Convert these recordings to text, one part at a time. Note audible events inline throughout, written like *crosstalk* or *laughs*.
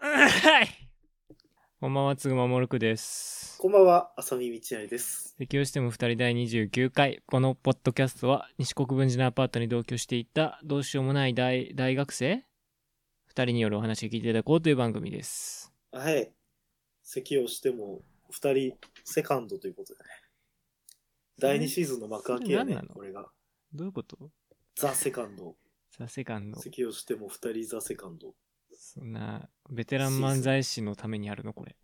はいこんばんは、つぐまもるくです。こんばんは、浅見道成です。適応しても二人第29回。このポッドキャストは、西国分寺のアパートに同居していた、どうしようもない大大学生二人によるお話を聞いていただこうという番組です。はい。咳をしても、お二人、セカンドということでね。第2シーズンの幕開けやそれね何な、のこれが。どういうことザ・セカンド。さセカンド。咳をしても二人ザ・セカンド。そんな、ベテラン漫才師のためにあるのこれ。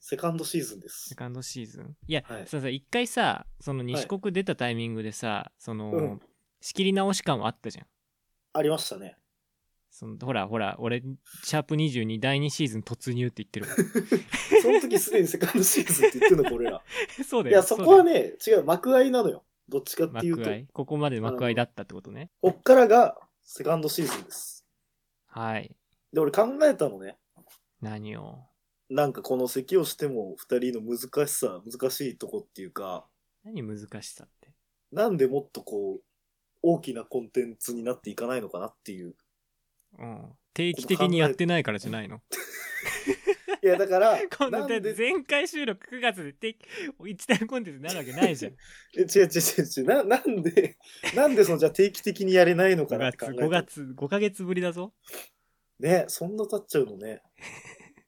セカンドシーズンでセす。カンドシーズンいや、はいそうそう一回さ、その西国出たタイミングでさ、その、うん仕切り直し感はあったじゃん。ありましたね。そのほらほら、俺、シャープ22第2シーズン突入って言ってるかその時すでにセカンドシーズンって *laughs* 言ってるのか、俺ら。 *laughs* ら。そうだいよ。や、そこはね、ね、違う、幕開いなのよ。どっちかっていう幕と、開ここまで幕開だったってことね。こっからがセカンドシーズンです。はい。で、俺考えたのね。何を。なんかこの咳をしても二人の難しさ、難しいとこっていうか、何難しさって。なんでもっとこう、大きなコンテンツになっていかないのかなっていう。うん。定期的にやってないからじゃ *laughs* ないの。いや、*laughs* だから、今な度んだで、ってえ前回収録9月で定期一大コンテンツになるわけないじゃん。*laughs* 違う違う違う違う、ななんで、なんでその、じゃあ定期的にやれないのか5なって月、考え5た月、5ヶ月ぶりだぞ。ね、そんな経っちゃうのね。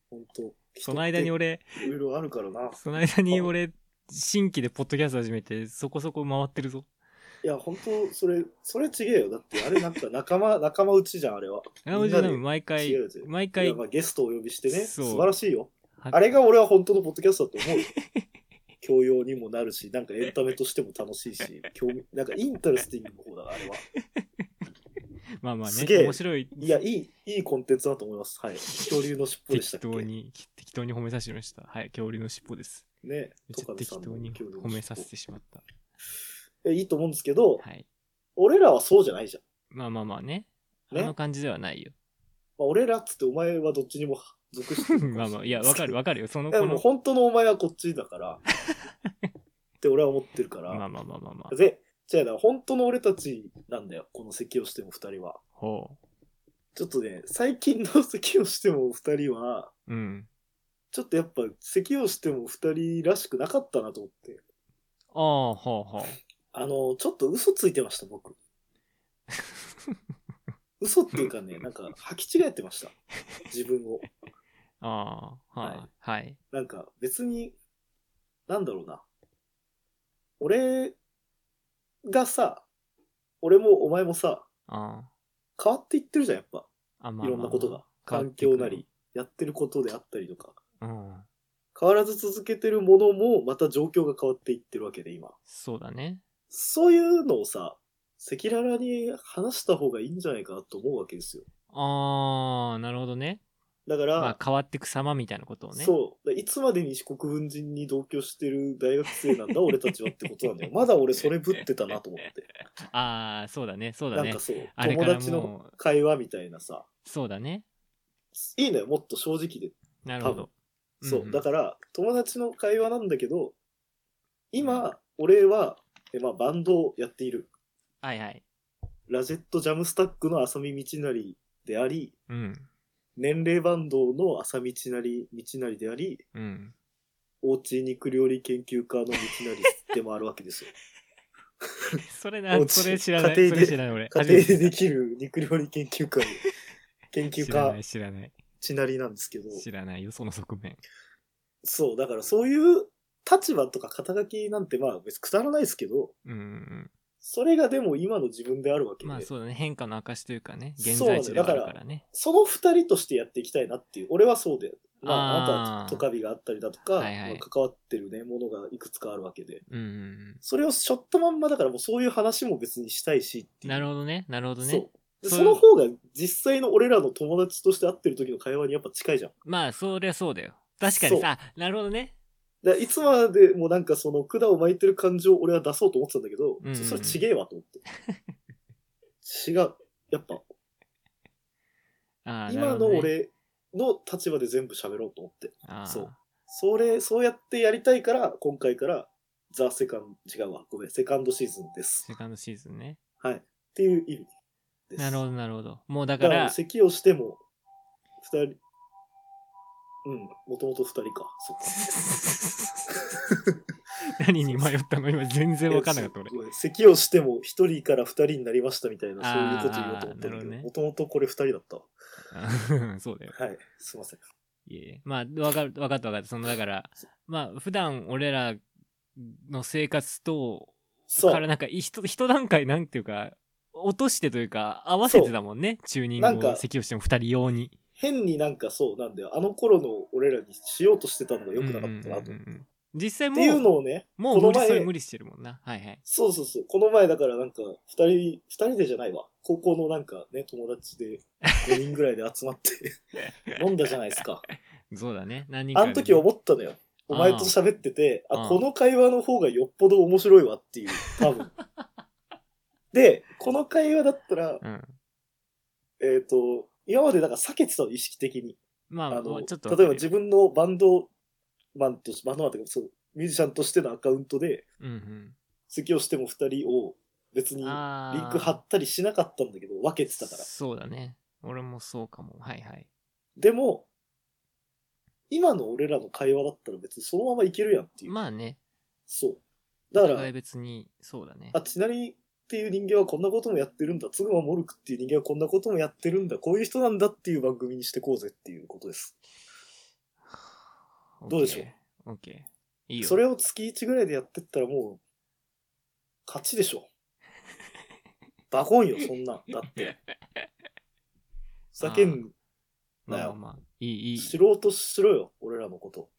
ほんと。その間に人っ俺、ていろいろあるからな。その間に *laughs* 俺、新規でポッドキャスト始めて、そこそこ回ってるぞ。いや、ほんと、それ、それ違えよ。だって、あれなんか仲間、仲間内じゃん、あれは。なおじゃみんなで毎回違うぜ、毎い回や、まあゲストをお呼びしてね、そう素晴らしいよ。はあれが俺は本当のポッドキャストだと *laughs* 思うよ。教養にもなるし、なんかエンタメとしても楽しいし、興味なんかインタレスティングの方だ、あれは。まあまあすげね、え面白い。いや、いい、いいコンテンツだと思います。はい。恐竜の尻尾でした適っけ当に、適当に褒めさせてもらいました。はい、恐竜の尻尾です。ね。めっちゃ戸上適さん当のに恐竜の尻尾褒めさせてしまった。えいいと思うんですけど、はい。俺らはそうじゃないじゃん。まあまあまあね。あねの感じではない *laughs* よ。まあ、俺らっつってお前はどっちにも属してるのか *laughs* もしれまなあまあ、いや、わかるわわかるよ。その *laughs* かる。こでもの。本当のお前はこっちだ *laughs* から、って俺は思ってるから。まあまあまあまあまあ。で、じゃあな、本当の俺たちなんだよ。この咳をしても二人は。ほちょっとね、最近の咳をしても二人は、う。うん。ちょっとやっぱ咳をしても二人らしくなかったなと思って。ああ、ほうほ *laughs* う。あの、ちょっと嘘ついてました、僕。嘘っていう *laughs* かね、なんか履き違えてました。自分を。ああ、はい。はい。なんか別に、なんだろうな。俺がさ、俺もお前もさ、あ変わっていってるじゃん、やっぱ。あ。あまあまあまあいろんなことが。環境なり。、やってることであったりとか。変わっていくようん。変わらず続けてるものも、また状況が変わっていってるわけで、今。そうだね。そういうのをさ、赤裸々に話した方がいいんじゃないかなと思うわけですよ。ああ、なるほどね。だから、まあ変わってく様みたいなことをね。そう。いつまでに四国文人に同居してる大学生なんだ、俺たちはってことなんだよ。 *laughs* まだ俺それぶってたなと思って。ああ、そうだね。 *laughs* そうだなんねか。そう、あれか友ら達のもう、会話みたいなさ、そうだね。いいのよ、もっと正直で。なるほど。そう。んんだから、友達の会話なんだけど、今、俺は、えまあ、バンドをやっている。はいはい。ラジェットジャムスタックの浅見道成であり、うん。年齢バンドの浅見道成、道成であり、うん。おうち肉料理研究家の道成でもあるわ *laughs* けですよ。 *laughs* それおな、うちそれ知らない。家庭でそれ知らない俺。家庭でできる肉料理研究 *laughs* 家の研究知らな家い、知らない。ちなりなんですけど、知らないよ、その側面。そう、だからそういう立場とか肩書きなんてまあ別にくだらないですけど、うんうんそれがでも今の自分であるわけうん。で、まあそうだね、変化の証というかね、現そうだね在地ではあるからね。その二人としてやっていきたいなっていう、俺はそうで、まああーあなたはトカビがあったりだとか、はいはいまあ関わってるね、ものがいくつかあるわけで、うんうんそれをしょったまんまだからもうそういう話も別にしたいしってうん。いなうるほどね、なるほどそうね。でそうその方が実際の俺らの友達として会ってる時の会話にやっぱ近いじゃん。まあ、そりゃそうだよ。確かにさ、あなるほどね。でいつまでもなんかその管を巻いてる感情を俺は出そうと思ってたんだけど、うんうんちょそれちげえわと思って。違う。やっぱ、ああ、なる今ほのどね。俺の立場で全部喋ろうと思って。あーそうそれ、そうやってやりたいから、今回から、ザ・セカンド、違うわ、ごめん、セカンドシーズンです。セカンドシーズンね。はい。っていう意味です。なるほど、なるほど。もうだだか、からら、咳をしても、二人、うん、もともと二人か。そっか *laughs* 何に迷ったの今全然分かんなかった俺いや。そう咳をしても一人から二人になりましたみたいな、そういうこと言おうと思ったんあーなるほだけどねど、もともとこれ二人だったわ。うん *laughs* そうだよ。はい、すいません。いえいえ。まあ、分かる、分かった分かった。その、だから、まあ、普段俺らの生活と、そからう。なんか一、一段階なんていうか、落としてというか、合わせてだもんね。チューニンなんグをか咳をしても二人用に。変になんかそうなんだよ。あの頃の俺らにしようとしてたのが良くなかったなと。うんうんっうんうん実際ていうのもう、をね、もう無この理前それ無理してるもんな。はいはい。そうそうそう。この前だからなんか、二人、二人でじゃないわ。高校のなんかね、友達で5人ぐらいで集まって *laughs* 飲んだじゃないですか。そうだね。何人かあでのね時思ったのよ。お前と喋ってて、あああこの会話の方がよっぽど面白いわっていう、多 *laughs* 分。で、この会話だったら、うん。えっ、と、今までなんか避けてたの、意識的に。まああ、の、ちょっとわかる例えよ。ば自分のバンドマンとし、バンドマンというか、そう、ミュージシャンとしてのアカウントで、うん席をしても二人をう別にん。リあーンク貼ったりしなかったんだけど、分けてたから。そうだね。俺もそうかも。はいはい。でも、今の俺らの会話だったら別にそのままいけるやんっていう。まあね。そう。だかお互らい、別に、そうだね。あ、ちなりっていう人間はこんなこともやってるんだ。つぐまモルクっていう人間はこんなこともやってるんだ。こういう人なんだっていう番組にしてこうぜっていうことです。どうでしょう ?OK。いいよ。それを月1ぐらいでやってったらもう、勝ちでしょ。バコンよ、そんなん。だって。ふざけん、まあまあまあ、いい、 *laughs* いい。知ろうとしろよ、俺らのこと。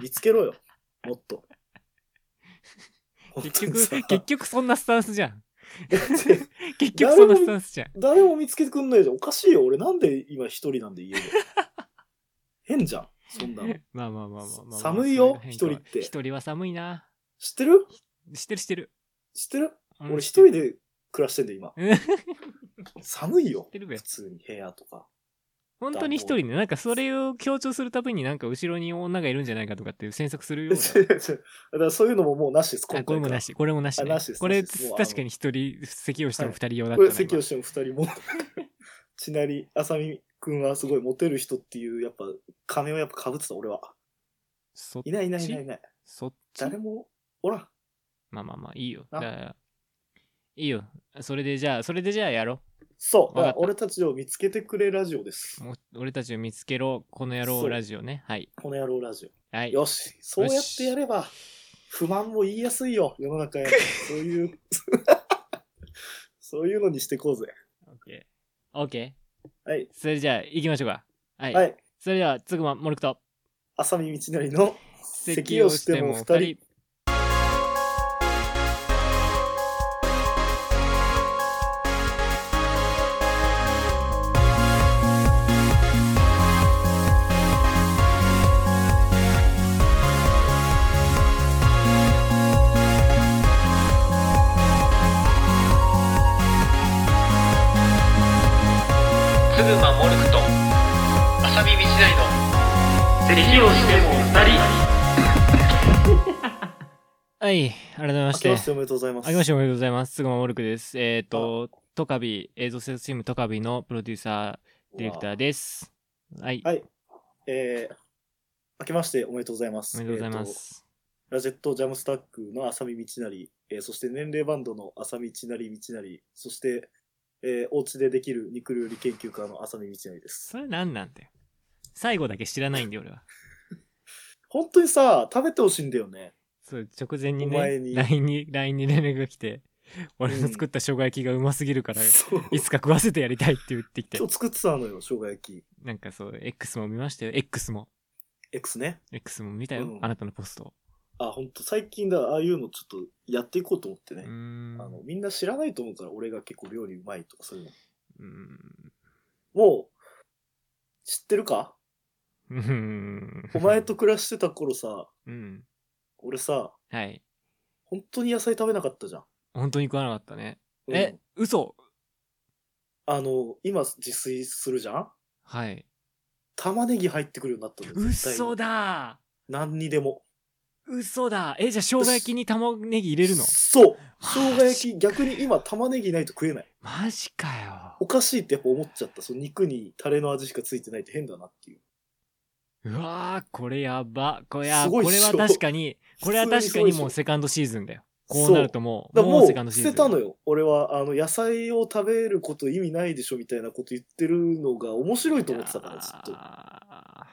見つけろよ、もっと。 *laughs* 結本当に局、さ結局そんなスタンスじゃん。だって結局そんなスタンス *laughs* じゃん。誰も見つけてくんないじゃん。おかしいよ、俺なんで今一人なんで *laughs* 家で。変じゃん、そんなの。まあまあまあまあまあまあ。寒いよその辺か一人って一人は寒いな。知ってる知ってる知ってる。知ってるうん俺一人。で暮らしてんだよ、今。うん寒いよっ、てるべ普通に部屋とか。 *laughs* 本当に一人ね、なんかそれを強調するたびになんか後ろに女がいるんじゃないかとかっていう詮索するよう *laughs* だな。からそういうのももうなしです、あこれもからなし、これもなし、ね。あなしですこれなしですもうあの確かに一人、席をしても二人用だったこなれ関吉の二 *laughs* 人もちなりあさみくんはすごいモテる人っていうやっぱ仮面をやっぱ被ってた俺はそいないいないいないいないそっち誰もおらんまあまあまあ、いいよ。だあからいいよ。それでじゃあ、それでじゃあやろそうわかだっかたら俺たちを見つけてくれラジオですう。もう俺たちを見つけろ、この野郎そうラジオね。はい。この野郎ラジはオい。よしそうやってやれば不満も言いやすいよ世の中へそういう *laughs* そういうのにしてこうぜオッケー。オッケはいー。それじゃあ、行きましょうか。はい。はいそれでは、つぐま、モルクと、浅見道成の咳咳をしても二人。すぐまモルクと浅見道大の咳をしても二人はい。改めま明しけて。ましておめでとうございますあけましておめでとうございます。つぐま、モルクです。えっ、と、トカビ、映像制作チームトカビのプロデューサー、ディレクターです。はい。はい。えー、明けましておめでとうございまおす。めでとうございまえーとす。ラジェットジャムスタックの浅見道成、えーそして年齢バンドの浅見道成道成、そして、えー、お家でできる肉料理研究家の浅見道成です。それなんなんだよ。最後だけ知らないんで、俺は。本当にさ、食べてほしいんだよね。そう、直前にね、お前に LINE に、LINE に連絡が来て、俺の作った生姜焼きがうますぎるから、そう。いつか食わせてやりたいって言ってきて今、日作ってたのよ、生姜焼き。なんかそう、X も見ましたよ、X も。 X ね。 X も見たよ、うんあなたのポストを。あ、本当最近だ、ああいうのちょっとやっていこうと思ってうねー。ん。あのみんな知らないと思うから、俺が結構料理うまいとかそういうの。うーんもう、知ってるかうーん。お前と暮らしてた頃さ、 *laughs* *laughs* うん。俺さ、はい。本当に野菜食べなかったじゃん。本当に食わなかったね。うんえ、嘘あの、今自炊するじゃんはい。玉ねぎ入ってくるようになったんだよ。絶対に嘘だ何にでも。嘘だえ、じゃあ生姜焼きに玉ねぎ入れるのそうはあ生姜焼き、逆に今玉ねぎないと食えない。マジかよ。おかしいってやっぱ思っちゃった。その肉にタレの味しかついてないって変だなっていう。うわー、これやば。これや、すこごいっれしょは確かに、これは確かにもう普通にすごいっしょセカンドシーズンだよ。こうなるともう、だからももううセカンドシーズ捨ン。てたのよ。俺は、あの、野菜を食べること意味ないでしょみたいなこと言ってるのが面白いと思ってたから、ずっと。あ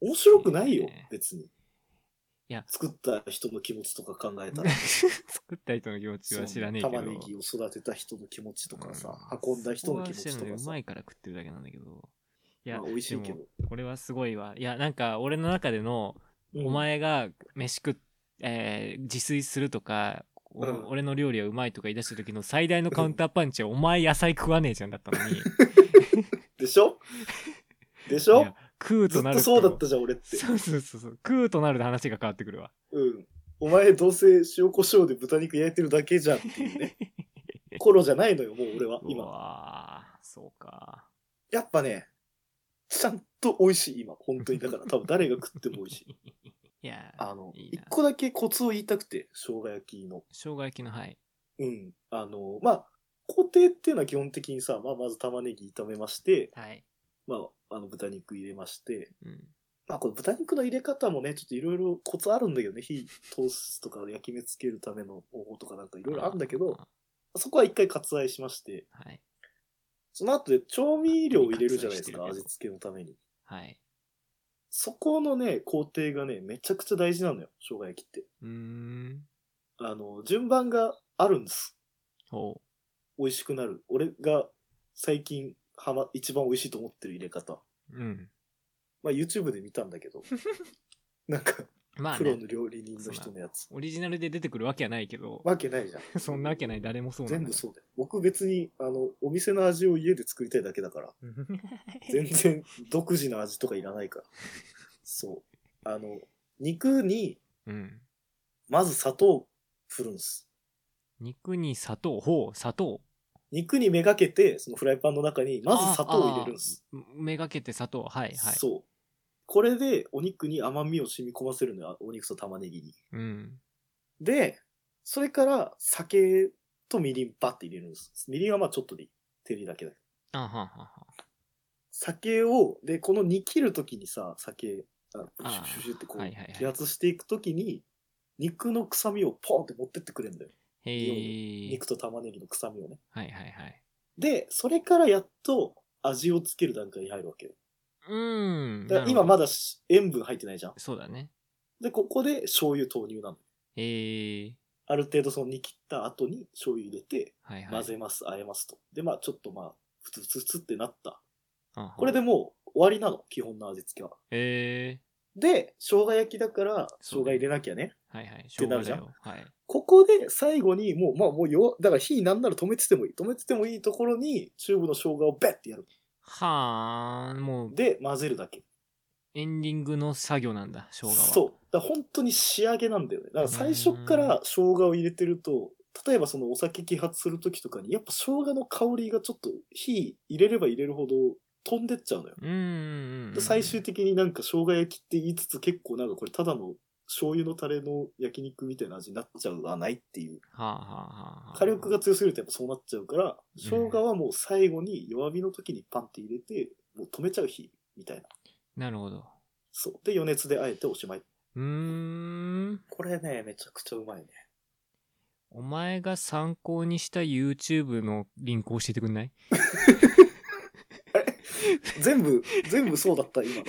面白くないよいいね、別に。いや作った人の気持ちとか考えたーら。 *laughs* 作った人の気持ちは知らねえけそど。う玉ねぎを育てた人の気持ちとかさ、うん運んだ人の気持ちそことは知らかないさうま。いから食ってるだけなんだけど。いや、まあ、美味しいけでもど。これはすごいわ。いや、なんか俺の中での、うんお前が飯食っ、えー自炊するとか、おうん俺の料理はうまいとか言い出した時の最大のカウンターパンチは、お前野菜食わねえじゃんだったのに。で *laughs* しょでしいょや食うずとっなとるそうだったじゃん、俺って。そうそうそうそう。食うとなると話が変わってくるわ。うん。お前、どうせ塩コショウで豚肉焼いてるだけじゃんっていうね。頃じゃないのよ、もう俺は、う今。わーそうか。やっぱね、ちゃんと美味しい、今。本当に。だから、多分誰が食っても美味しい。いやー、あの、いい一な個だけコツを言いたくて、生姜焼きの。生姜焼きの、はい。うん。あの、まあ、工程っていうのは基本的にさ、まあ、まず玉ねぎ炒めまして、はい。まあ、あの、豚肉入れまして、うん。まあ、この豚肉の入れ方もね、ちょっといろいろコツあるんだけどね、火通すとか焼き目つけるための方法とかなんかいろいろあるんだけど、そこは一回割愛しまして、はい。その後で調味料を入れるじゃないですか、割愛してるけど味付けのために。はい。そこのね、工程がね、めちゃくちゃ大事なのよ、生姜焼きって。うーん。あの、順番があるんです。ほ美味しくなる。俺が最近はま、一番美味しいと思ってる入れ方。う。うん。まあ YouTube で見たんだけ *laughs* ど、なんか、まあプロね、の料理人の人のやつ。オリジナルで出てくるわけはないけど、わけないじゃん。 *laughs* そんなわけない、誰もそうなんだ全部そうだよ。僕別に、あの、お店の味を家で作りたいだけ *laughs* だから、うん全然独自の味とかいらないから。そう。あの、肉に、うん。まず砂糖を振るんです。肉に砂糖、ほう、砂糖。肉にめがけて、そのフライパンの中に、まず砂糖を入れるんです。めがけて砂糖、はい、はい。そう。これで、お肉に甘みを染み込ませるのよ。お肉と玉ねぎに。う。うん。で、それから、酒とみりんバッて入れるんです。みりんはまあちょっとでいい。照りだけだけどあはんはんはん酒を、で、この煮切るときにさ、酒、あプシュプシュプシュってこ、はいはいはいう気圧していくときに、肉の臭みをポンって持ってってくれるんだよ。へえ。肉と玉ねぎの臭みをね。はいはいはい。で、それからやっと味をつける段階に入るわけよ。うーん。だからなる今ほどまだし塩分入ってないじゃん。そうだね。で、ここで醤油投入なの。えー、ある程度その煮切った後に醤油入れて、はいはい。混ぜます、和えますと。で、まあちょっとまあ、ふつふつふつってなった。あはこれでもう終わりなの、基本の味付けは。えで、生姜焼きだから、生そう姜入れなきゃね。ー、はいはい。てなるじゃん生姜だよここで最後にもう、まあもうよ、だから火なんなら止めててもいい。止めててもいいところに、チューブの生姜をベッてやる。はい。はーん、もうで、混ぜるだけ。エンディングの作業なんだ、生姜は。そう。だから本当に仕上げなんだよね。だから最初から生姜を入れてると、例えばそのお酒揮発する時とかに、やっぱ生姜の香りがちょっと火入れれば入れるほど飛んでっちゃうのよ。う。うーん。で最終的になんか生姜焼きって言いつつ結構なんかこれただの醤油のタレの焼肉みたいな味になっちゃうわないっていう。はあ、はあはあ、火力が強すぎるとやっぱそうなっちゃうから、ん生姜はもう最後に弱火の時にパンって入れて、もう止めちゃう火みたいな。なるほど。そう。で、余熱であえておしまい。うーん。これね、めちゃくちゃうまいね。お前が参考にした YouTube のリンク教えてくんない *laughs* 全部、全部そうだった、今。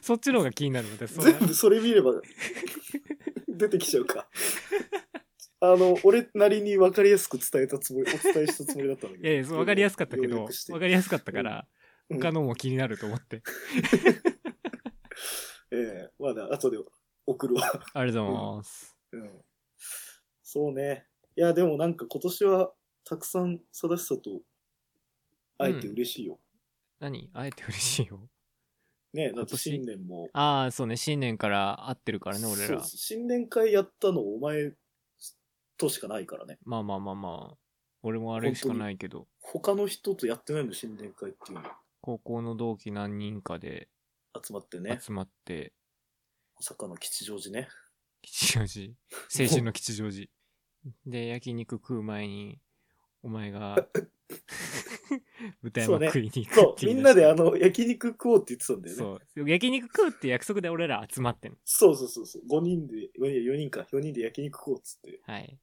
そっちの方が気になるので、それ全部それ見れば、出てきちゃうか。あの、俺なりに分かりやすく伝えたつもり、お伝えしたつもりだったんだいけ *laughs* ど。やいや、そうわかりやすかったけ要ど、約してわかりやすかったから、うん他のも気になると思って。ええまだ、後で送るわ。 *laughs* ありがとうございます。うんそうね。いや、でもなんか今年はたくさん正しさと会えて嬉しいよ。何会えて嬉しいよ。ねえ、だ今って年新年も。ああ、そうね、新年から会ってるからね、俺そうらそう。新年会やったのお前としかないからね。まあまあまあまあ、俺もあれしかないけど、他の人とやってないの、新年会っていうの高校の同期何人かで集まってね。集まって、大阪の吉祥寺ね。 *laughs* 吉祥寺、青春の吉祥寺。で、焼肉食う前に、お前が *laughs* 豚そう山ね食いに行くそってう、言い出してみん *laughs* なであの、焼肉食おうって言ってたんだよね。そう焼肉食うって約束で俺ら集まってんのそうそうそうそう。5人で、4人か、4人で焼肉食おうっつって、はい、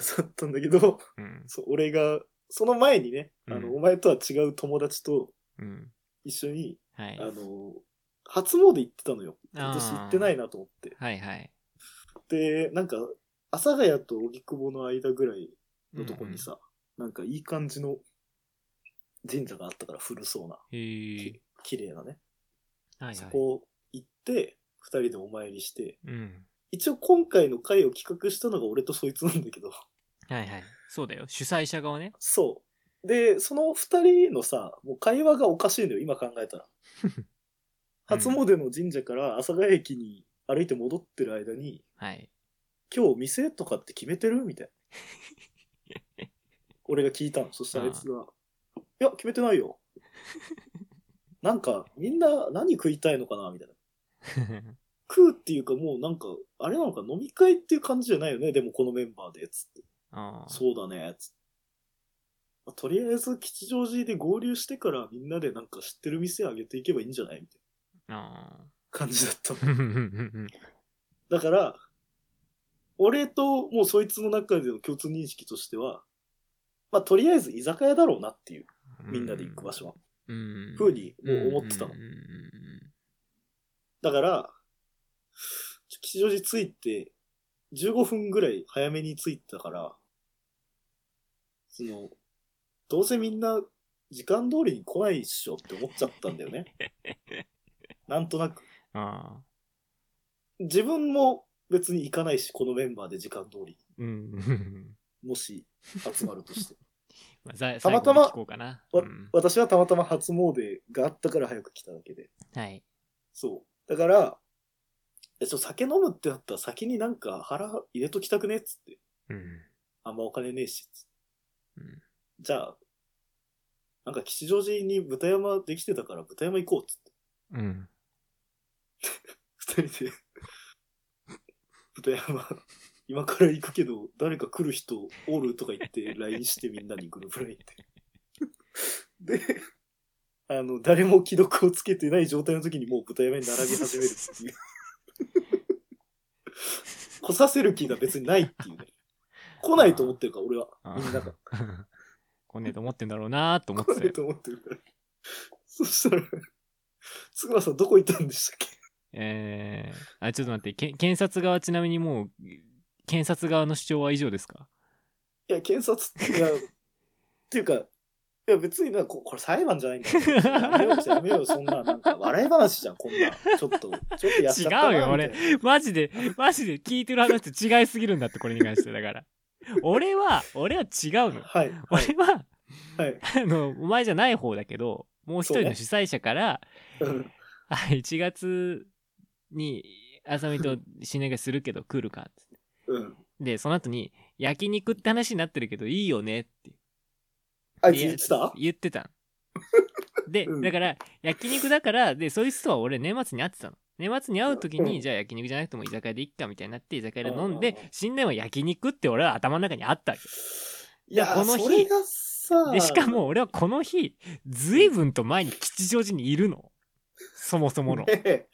そうだったんだけど、うんそう俺が、その前にね、あの、うんお前とは違う友達とうん、一緒に、はいあの、初詣行ってたのよ。今年あー行ってないなと思って。はいはいで、なんか、阿佐ヶ谷と荻窪の間ぐらいのとこにさ、なんかいい感じの神社があったから古そうな、うんうんへえ綺麗なね。はいそはいこ行って、二人でお参りして、うん一応今回の会を企画したのが俺とそいつなんだけど、 *laughs* はいはいそうだよ主催者側ねそう。で、その二人のさ、もう会話がおかしいのよ、今考 *laughs* えたら。初詣の神社から阿佐ヶ谷駅に歩いて戻ってる間に、はい *laughs* 今日店とかって決めてるみたい *laughs* な。俺が聞いたの。そしたらあいつが、いや、決めてないよ。なんか、みんな何食いたいのかなみたいな。食うっていうかもうなんか、あれなのか飲み会っていう感じじゃないよね。でもこのメンバーで、つって。ああそうだね、つって。まあとりあえず吉祥寺で合流してからみんなでなんか知ってる店あげていけばいいんじゃないみたいなあ感じだ *laughs* ったのあだから、俺ともうそいつの中での共通認識としては、まあとりあえず居酒屋だろうなっていう、みんなで行く場所は。うんふうにもう思ってたのうん。うんうんだから、ちょ吉祥寺着いて、15分ぐらい早めに着いたから、その、どうせみんな時間通りに来ないっしょって思っちゃったんだよね。なんとなく。ああ自分も別に行かないし、このメンバーで時間通り、うんうんうん *laughs* もし集まるとして。まあざたまたま最後に聞こうかなわうん私はたまたま初詣があったから早く来ただけで。はいそう。だから、えそう酒飲むってなったら先になんか腹入れときたくねっつって。うんあんまお金ねえしっつって。うんじゃあ、なんか吉祥寺に豚山できてたから豚山行こうっつって。うん二人で。豚山、今から行くけど、誰か来る人おるとか言って、LINE してみんなにグループ LINE で。で、あの、誰も既読をつけてない状態の時にもう豚山に並び始めるっ *laughs* ていう。来させる気が別にないっていうね。来ないと思ってるから、俺は。あみんなが。あ *laughs* こんねえと思ってんだろうなーと思って来たないよと思ってるから。そしたら、菅野さんどこ行ったんでしたっけえー、あちょっと待ってけ検察側ちなみにもう検察側の主張は以上ですか *laughs* いや、検察って、いや、っていうか、いや、別にな、ここれ裁判じゃないんだから。やめよう、やめよう、そんな、なんか、笑い話じゃん、こんな。ちょっと、ちょっとやっちゃったな違うよ俺みたいなマジでマジで聞いてる話と違いすぎるんだってこれに関してだから俺は俺は違うのはい。は俺は、い。はいあのお前じゃない方だけどもう一そう人ねの主催者から、うんはい1月にあさみと死ねがするけど来るかっつってうん。でその後に焼肉って話になってるけどいいよねってあいつ言ってた言ってたので、うんだから焼肉だからでそいつとは俺年末に会ってたの年末に会う時に、うんじゃあ焼肉じゃなくても居酒屋でいっかみたいになって居酒屋で飲んで、うんうんうん新年は焼肉って俺は頭の中にあったわけいや、この日それがさ、でしかも俺はこの日随分と前に吉祥寺にいるのそもそもの、ね *laughs* え、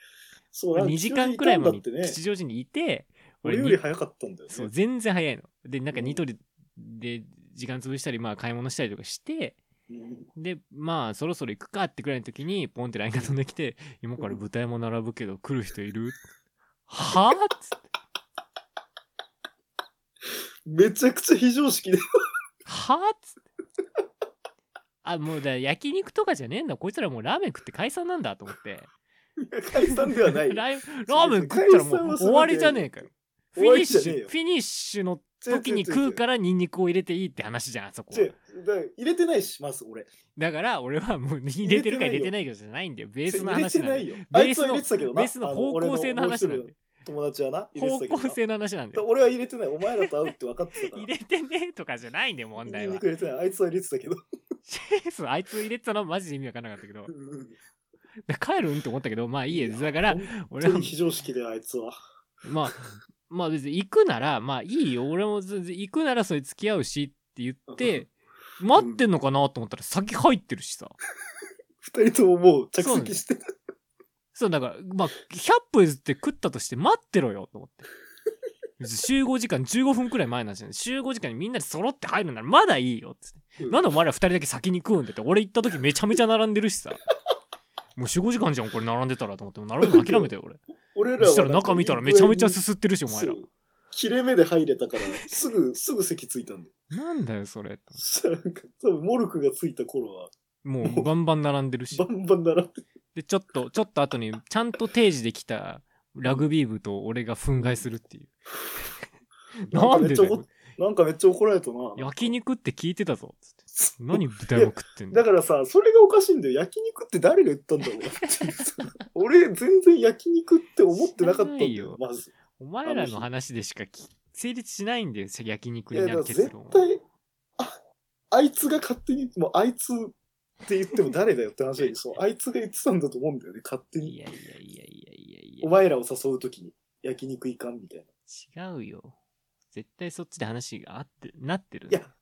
そう、なんか2時間くらい前に急にいたんだって吉ね。祥寺にいて俺よにり早かったんだよそうね。全然早いのでなんかうんニトリで時間潰したりまあ買い物したりとかして、うんでまあそろそろ行くかってくらいの時にポンって LINE が飛んできて「今から豚山並ぶけど来る人いる?」はあ?」っつってめちゃくちゃ非常識で。 「はあ?」っつってあもうだから焼肉とかじゃねえんだこいつらもうラーメン食って解散なんだと思って解散ではなラい。イラーメン食ったら解散もうはす終るわりじゃねえかよフ終ィわニッりシじゃねえュよフィニッシュの時に食うからニンニクを入れていいって話じゃんあそこ違うだから入れてないし、まず俺。だから俺はもう入れてるか入れて入れてないかじゃないんだよベースの入れ話てなんだなよいよ。ベあーいスつのは入れてたけどな。ベースの方向性の話なんだよあの俺ももう一人の友達はな。入れ方てたけ向ど性の話なんだよ俺は入れてない。お前らと会うって分かってたから。入れてねえとかじゃないんだよ問題ニンニはク入れてない。あいつは入れてたけど。そうあいつ入れてたのマジで意味わかんなかったけどうでん帰るんって思ったけどまあいいやだから本俺当はに非常識だよ、あいつは。まあまあ別に行くならまあいいよ俺も全然行くならそれ付き合うしって言って待ってんのかなと思ったら先入ってるしさ。二人とももう着そうなんで席してた。そう、だから、まあ、100歩譲って食ったとして待ってろよと思って。集合時間15分くらい前なんですよね。集合時間にみんなで揃って入るならまだいいよっつって。うんなんでお前ら2人だけ先に食うんだって俺行った時めちゃめちゃ並んでるしさもう45時間じゃんこれ並んでたらと思ってもう並ぶの諦めたよ俺俺らそはしたら中見たらめちゃめちゃすすすってるしお前ら切れ目で入れたから、すぐ、すぐ席ついたんで。なんだよそれそしたらなんか、多分モルクがついた頃は、もうバンバン並んでる *laughs* しバンバン並んで、でちょっとちょっと後にちゃんと定時できたラグビー部と俺が憤慨するっていうななんかんめっでちゃだ怒っよなんかめっちゃ怒られたな。焼肉って聞いてた *laughs* ぞつってそう何豚肉食ってんだだよからさ、それがおかしいんだよ。焼肉って誰が言ったんだろうなっていう *laughs* さ俺、全然焼肉って思ってなかったんだ知らよな、まず。お前らの話でしかき成立しないんだよ焼肉いにや、だなからる絶結論は対、あ、あいつが勝手に、もうあいつって言っても誰だよって話だけど、そうあいつが言ってたんだと思うんだよね、勝手いに。やいやいやいやいやいやお前らを誘うときに、焼肉いかんみたいな。違うよ。絶対そっちで話があって、なってる。いや、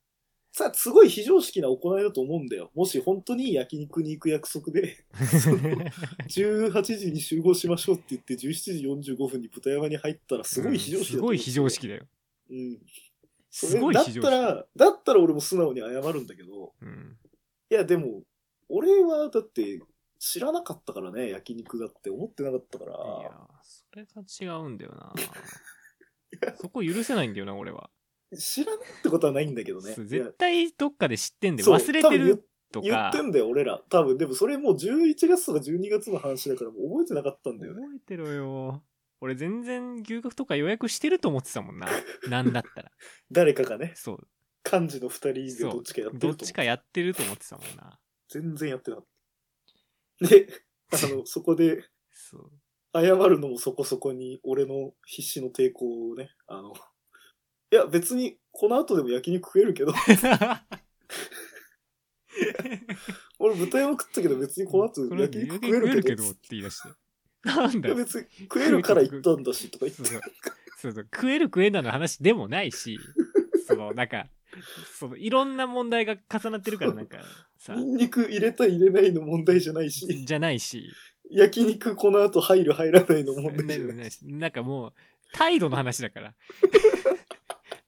さあ、すごい非常識な行いだと思うんだよ。もし本当に焼肉に行く約束 *laughs* で、18時に集合しましょうって言って、17時45分に豚山に入ったら、すごい非常識 *laughs* すだと思ごうい非常識だよ。うん。それすごいだっ非常た識。ら、だったら俺も素直に謝るんだけど、うん、いやでも、俺はだって知らなかったからね、焼肉だって思ってなかったから、いや、それが違うんだよ *laughs* な。そこ許せないんだよな、俺は。知らないってことはないんだけどね。そういや絶対どっかで知ってんでそう忘れてる多と分言言っか。てんだよ、俺ら。多分、でもそれもう11月とか12月の話だから、もう覚えてなかったんだよね。覚えてろよ。俺全然牛角とか予約してると思ってた *laughs* もんな。なんだったら。誰かがね、そう。漢字の2人でどっちかやってるどと思っう。ちかやってると思ってたもんな。全然やってなかった。で、あの、そこで、そう。謝るのもそこそこに俺の必死の抵抗をね、あの、いや別にこの後でも焼肉食えるけど、 *laughs* 俺豚山食ったけど別にこの後これ焼肉食えるけど、って言い出 *laughs* して。なんいだやよ。別に食えるから行ったんだしとか言っそうてそ、うそうそう食える食えないの話でもない *laughs* しそのなんかそのいろんな問題が重なってるからなんかさニンニク入れた入れないの問題じゃないし、じゃないし焼肉この後入る入らないの問題じゃななない。なんかもう態度の話だから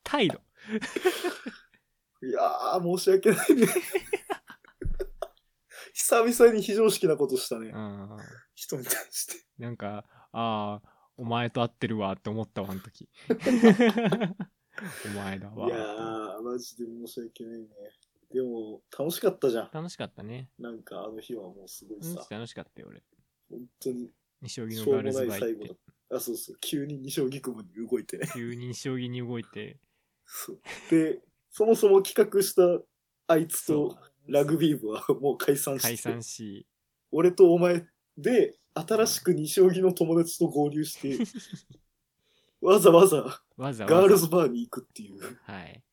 態度いやー、申し訳ないね。 *laughs* 久々に非常識なことしたねう。ん人に対して。なんかああお前と会ってるわって思ったわあの *laughs* 時お前だいわやー、マジで申し訳ないね。でも、楽しかったじゃん。楽しかったねなんかあの日はもうすごいうんさ、楽しかったよ俺本当に西荻しのょガーうもルズバないイっ最後てだあ、そうそう、急に二将棋雲に動い *laughs* てね。急に将棋に動いてそうで、そもそも企画したあいつそとラグビー部はもう解散して、解散し俺とお前で、新しく二将棋の友達と合流して、 *laughs* わざわざわざわざガールズバーに行くっていう。はい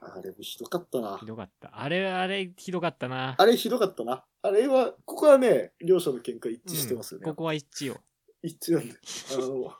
あれもひどかったなひ。どかった。あれ、あれ、ひどかったな。あれひどかったな。あれは、ここはね、両者の見解一致してますよね。うんここは一 *laughs* 応。一致なんで。あの、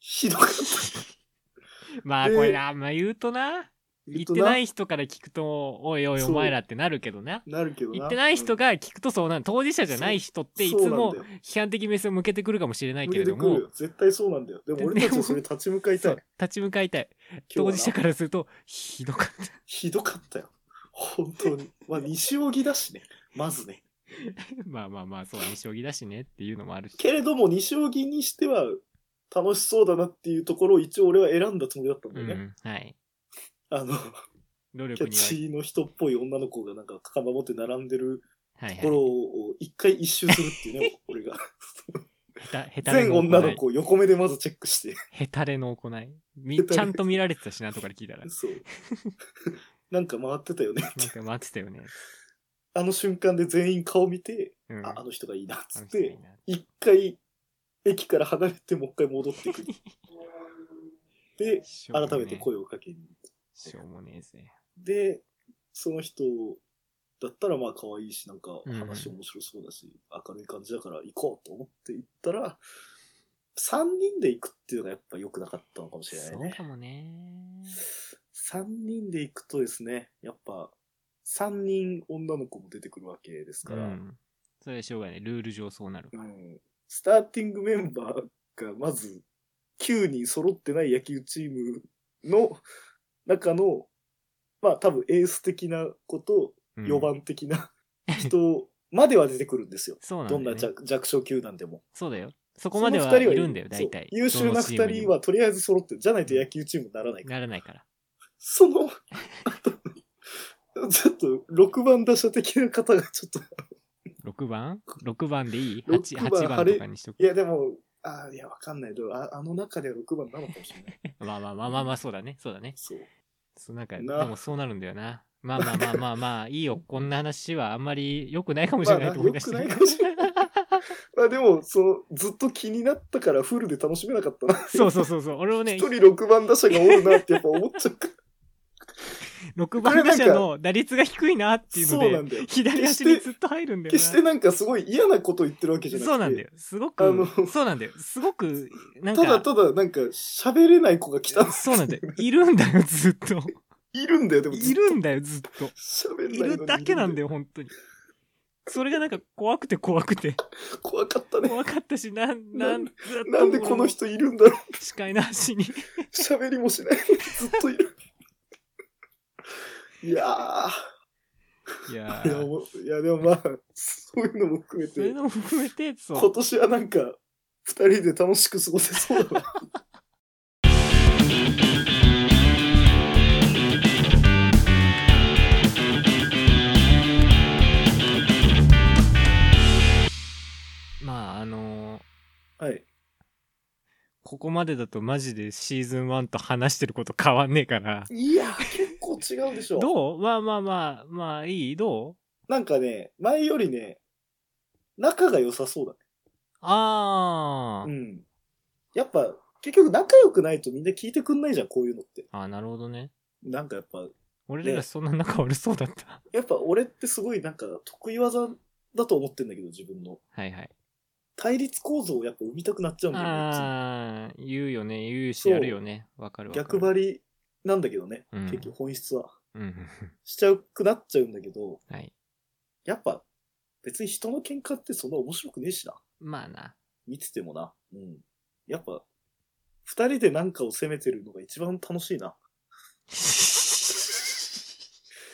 ひどかった。まあ、でこれな、まあ言うとな。言ってない人から聞くと、おいおい、そおう前らってなるけどな。なるけどな。言ってない人がが聞くとそうなる。当事者じゃない人っていつも批判的目線を向けてくるかもしれないけれど向いてくもるよ、絶対そうなんだよ。でも俺たちはそれ立ち向かいたそ。いう立ち向かいたい。今当事日者はなからすると、ひどかった。ひどかったよ。本当に。まあ、西荻だしね。まずね。まあまあまあ、そう、西荻だしねっていうのもあるし。けれども、西荻にしては、楽しそうだなっていうところを一応俺は選んだつもりだったんだうよね。ん、はい。あの、努キ力ャッには。チの人っぽい女の子がなんか肩持って並んでるはいとはこいろを一回一周するっていう *laughs* ね、俺が。。下手下手れ全の女行のい。子を横目でまずチェックして。へたれの行い。みヘタレちゃんと見られてたしな、とから聞いたら。 *laughs* そう。なんか回ってたよね。なんか待ってたよね。あの瞬間で全員顔見て、うん。あ、あの人がいいなっあつっの人がいてい、な一回駅から離れてもう一回戻ってく *laughs* る。で、しょうもね改めて声をかけに。しょうもねえぜ。で、その人だったらまあ可愛いし、なんかん話面白そうだし、明るい感じだから行こうと思って行ったら、3人で行くっていうのがやっぱ良くなかったのかもしれなそいうねか。もね。 3人で行くとですね、やっぱ、3人女の子も出てくるわけですうから、うんん。それはしょうがない。ルール上そうなる。スターティングメンバーがまず9人揃ってない野球チームの中の、まあ多分エース的なこと、うん4。番的な人までは出てくるんですよ。 *laughs* そうなんだどよんね、な弱弱小球団でも。そうだよ。そそこまではいるんだよ、大体。そう優秀などの2チームに人もはとりあえず揃ってるじゃないと野球チームにならないからならないから。その、あとちょっと、6番打者的な方がちょっと、 6番 ?6 番でいい ?8 番六番番とかにしとくい。やでも、あいや、わかんない。でもああの中では6番なのかもしれない。まあまあまあまあまあ、そうだね。そうだね。そう。そうなんか、なでもそうなるんだよな。まあまあまあまあま *laughs* あ、いいよ。こんな話はあんまり良くないかもしれないと思い出して。まあな良くないかも *laughs* しれまあでも、その、ずっと気になったからフルで楽しめなかったな。 *laughs* そうそうそうそう。俺もね一、人6番打者がおるなってやっぱ思っちゃうから。 *laughs* 6番打者の打率が低いなっていうそうなのんだよで、。左足にずっと入るんだよ決してな。なんかすごい嫌なこと言ってるわけじゃなくて。そうなんだよ。すごあくの、そうなんだよ。すごく、なんただか、ただなんか喋れない子が来た。そうなんだよ。いるんだよ、ずっ *laughs* と。いるんだよ、でもずっと。いるんだよ、ずっと。喋んないいのにるだけなんだよ、本当に。それがなんか怖くて怖く *laughs* て。怖かったね。怖かったし、なん、なん、ずっとなんでこの人いるんだろう視界の端に。喋りもしない。ずっといる。いやいやーいやー、もういやでもまあ、そういうのも含めそういうて、のも含めて、そう今。年はなんか、二人で楽しく過ごせそうだな。まあ、あのー *laughs* はい。ここまでだとマジでシーズン1と話してること変わんねえから。いやー、結構違うでしょ。どうまあまあまあ、まあいいどうなんかね、前よりね、仲が良さそうだね。あー。うん。やっぱ、結局仲良くないとみんな聞いてくんないじゃん、こういうのって。あー、なるほどね。なんかやっぱ、俺らがねそんな仲悪そうだった。 *laughs* やっぱ俺ってすごいなんか得意技だと思ってんだけど、自分の。はいはい。対立構造をやっぱ生みたくなっちゃうんだよねいつも。あー、言うよね、言うし、そうやるよね。わかるわかる。逆張りなんだけどね、うん結局本質は。うん。しちゃうくなっちゃうんだけど、はい。やっぱ別に人の喧嘩ってそんな面白くねえしな。まあな。見ててもな。うん。やっぱ、二人で何かを責めてるのが一番楽しい *laughs* な。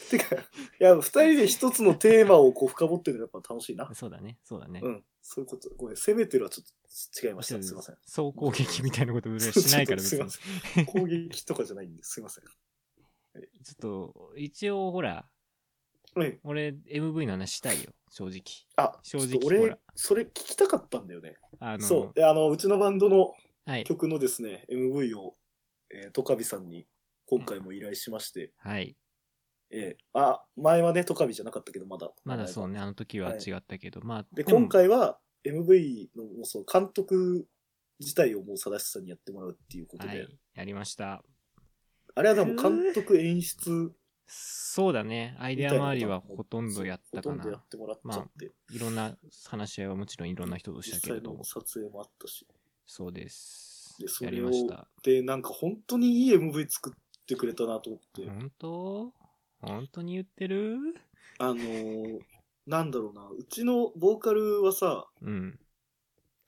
てか、いや、二人で一つのテーマをこう深掘ってるのがやっぱ楽しいな。そうだね、そうだね。うん。そういうこと。ごめん、責めてるはちょっと違いました。すいません。総攻撃みたいなこと俺はしないから別 *laughs* すいに。まちせん。攻撃とかじゃないんです。すいません。ょっと、一応ほら、はい。俺 MV の話したいよ、正直。あ、正直正直。ほら俺、それ聞きたかったんだよね。あの、そう。であの、うちのバンドのはい。曲のですね、MV を、えー、トカビさんに今回も依頼しまして、はい。えーあ、前はね、トカビじゃなかったけど、まだ。まだそうね、あの時は違ったけど、まあ、で、も今、回は MV の、もうその監督自体をもう正しさんにやってもらうっていうことで、はい、やりました。あれはでも監督演出そうだね、アイデア周りはほとんどやったかほとんどやなっ。てもらっちゃって、いろんな話し合いはもちろんいろんな人とした実けれ際どもの、撮影もあったし。そうですで。そやれりをました。で、なんか本当にいい MV 作ってくれたなと思って、本当本当に言ってるあのーなんだろうな、うちのボーカルはさ、うん。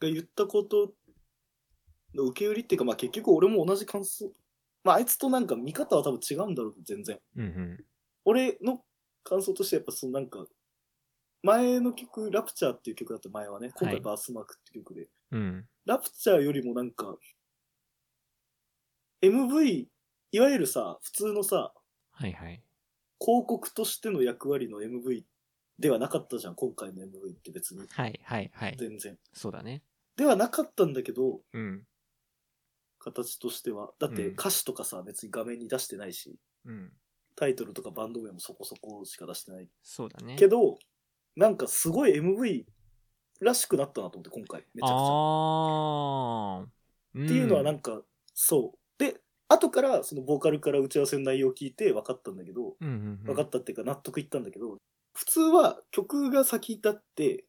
が言ったことの受け売りっていうか、まあ結局俺も同じ感想。まああいつとなんか見方は多分違うんだろうけど、全然。うんうん。俺の感想としてやっぱそのなんか、前の曲、ラプチャーっていう曲だった前はね、今は回いバースマークっていう曲で、うん。ラプチャーよりもなんか、MV、いわゆるさ、普通のさ、はいはい。広告としての役割の MV ではなかったじゃん、今回の MV って別に。はいはいはい。全然。そうだね。ではなかったんだけど、うん。形としては。だってうん歌詞とかさ、別に画面に出してないし、うん。タイトルとかバンド名もそこそこしか出してないそうだね。けど、なんかすごい MV らしくなったなと思って、今回。めちゃくちゃ。ああ。っっていうのはなんか、か、そう。で、後から、そのボーカルから打ち合わせの内容を聞いて分かったんだけど、うんうんうん、分かったっていうか納得いったんだけど、普通は曲が先だって、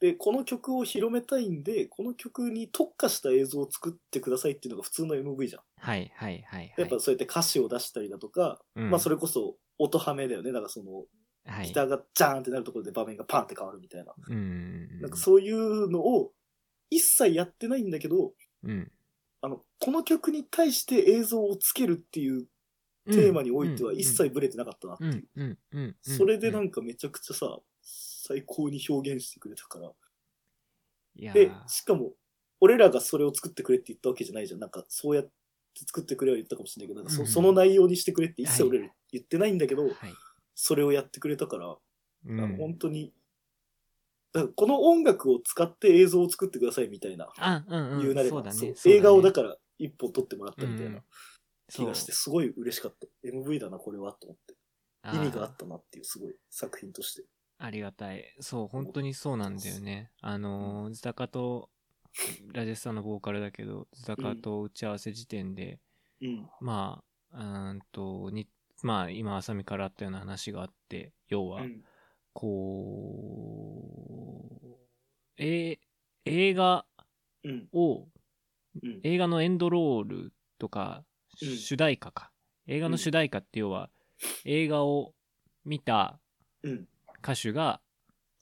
で、この曲を広めたいんで、この曲に特化した映像を作ってくださいっていうのが普通の MV じゃん。はいはいはいはやいっ。ぱそうやって歌詞を出したりだとか、まあそれ、れこそ音ハメだよね。だからその、はいギターがジャーンってなるところで場面がパンって変わるみたいな。うん。なんかそういうのを一切やってないんだけど、うん、あの、この曲に対して映像をつけるっていううんテーマにおいては一切、ブレてなかったなってうんいう。うんうんうんうん、それでなか、んかめちゃくちゃさ、最高に表現してくれたから。いやーで、しかも、俺らがそれを作ってくれって言ったわけじゃないじゃん。なんか、そうやって作ってくれは言ったかもしれないけど、なんかそうんうんその内容にしてくれって一切はい俺ら言ってないんだけど、はいそれをやってくれたから、うなんかん、本当に、だからこの音楽を使って映像を作ってくださいみたいな、あ、うんうん、言うなれそうば、だそうね。そうだね映画をだから一本撮ってもらったみたいうんうなん気がして、すごい嬉しかった。MV だな、これは、と思って。そう意味があーったなっていう、すごい作品として。ありがたい。そう、本当にそうなんだよね。あのー、ズタカと、ラジェスさんのボーカルだけど、ズタカと打ち合わせ時点で、うん。まあ、うーんと、に、まあ、今、浅見からあったような話があって、要は、うんこう、えー、映画うん。を、うん。映画のエンドロールとか、うん主題歌か。映画の主題歌って要は、映画を見たうん。歌手が、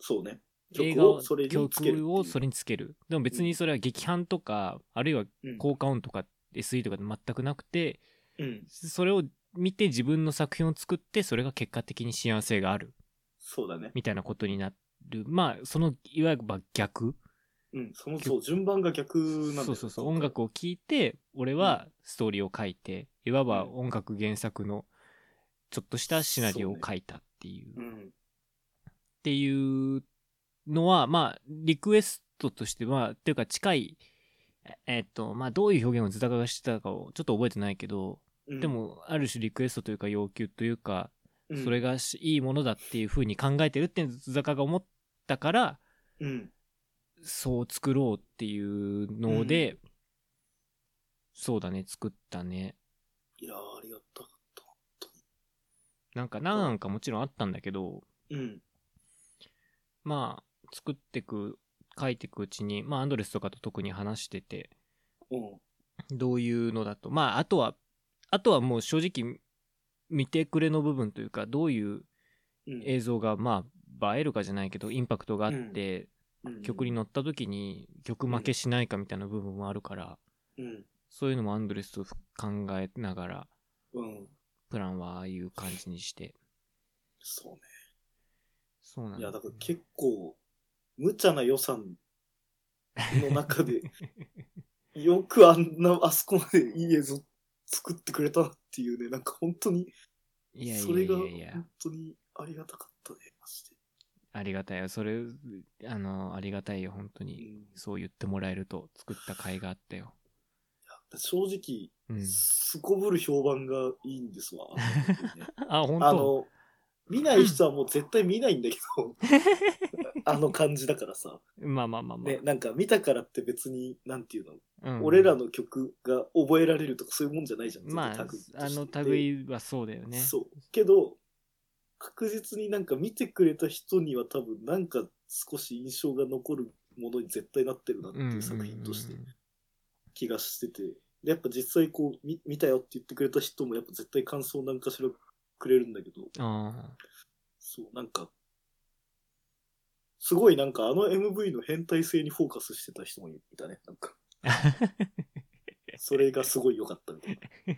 そうね。映曲画ををそれにつけるっていう。曲をそれにつける。でも別にそれは劇伴とか、あるいはうん効果音とか SE とかで全くなくて、うん。それを見て自分の作品を作って、それが結果的に幸せがある。そうだね。みたいなことになる。まあ、その、いわば逆。うん。その、そう、順番が逆なんだよそうそうそう。音。楽を聴いて、俺はストーリーを書いて、いわば音楽原作の、ちょっとしたシナリオを書いたっていう。うん。っていうのは、まあ、リクエストとしては、っていうか近い、ええっと、まあ、どういう表現をズタカがしてたかをちょっと覚えてないけど、うんで、も、ある種リクエストというか要求というか、うんそれ、がしいいものだっていうふうに考えてるってズタカが思ったから、うん。そう作ろうっていうので、そうだね、作ったね。いやー、ありがとなんか、なんかもちろんあったんだけど、う。うん。まあ、作ってく、書いてくうちに、まあ、アンドレスとかと特に話してて、うん。どういうのだと。まあ、あとは、あとはもう正直、見てくれの部分というか、どういううん映像が、まあ、映えるかじゃないけど、インパクトがあって、うん曲に乗った時に曲負けしないかみたいな部分もあるから、うん。そういうのもアンドレスと考えながら、うん。プランはああいう感じにして。そうね。そうなんいだや、よね、だから結構、無茶な予算の中 *laughs* で、よくあんな、あそこまでいい映像作ってくれたっていうね、なんか本当に、いやいそれがやいやいや本、当にありがたかったね、マジありがたいよ。それ、あの、ありがたいよ、本当で。に。うんそう言ってもらえると、作った甲斐があったよ。正直、うん。すこぶる評判がいいんですわ。あ、 *laughs* 本あ当の、見ない人はもう絶対見ないんだけ *laughs* ど、あの感じだからさ。まあまあまあまあ。ね、なんか見たからって別に、なんていうの、うん俺らの曲が覚えられるとかそういうもんじゃないじゃん。ま絶あ対類とし、てあの類はそうだよね。そう。けど、確実になんか見てくれた人には多分なんか少し印象が残るものに絶対なってるなってんんんいんう作品として気がしてて。でやっぱ実際こう見見たよって言ってくれた人もやっぱ絶対感想なんかしらくれるんだけど、あそう、なんか、すごいなんかあの MV の変態性にフォーカスしてた人もいたね。な *laughs* んか、あ。それがすごい良かったみたいな。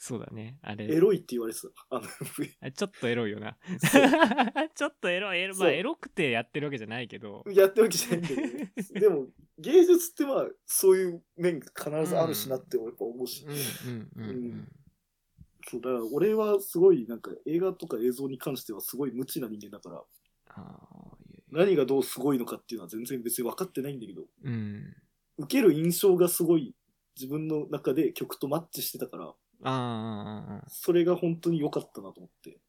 そうだね。あエれ。ロいって言われてた、あの *laughs* MV。あちょっとエロいよな。 *laughs* ちょっとエロい、エロ、まそうあエロくてやってるわけじゃないけど。やってるわけじゃないんだけ *laughs* ど、でも芸術ってまあそういう面が必ずあるしなって俺やっぱ思うし、うんうんうんうん。そうだから俺はすごいなんか映画とか映像に関してはすごい無知な人間だから、ああ、いやいや何がどうすごいのかっていうのは全然別に分かってないんだけど、うん。受ける印象がすごい自分の中で曲とマッチしてたから、ああああ、ああそれが本当に良かったなと思って。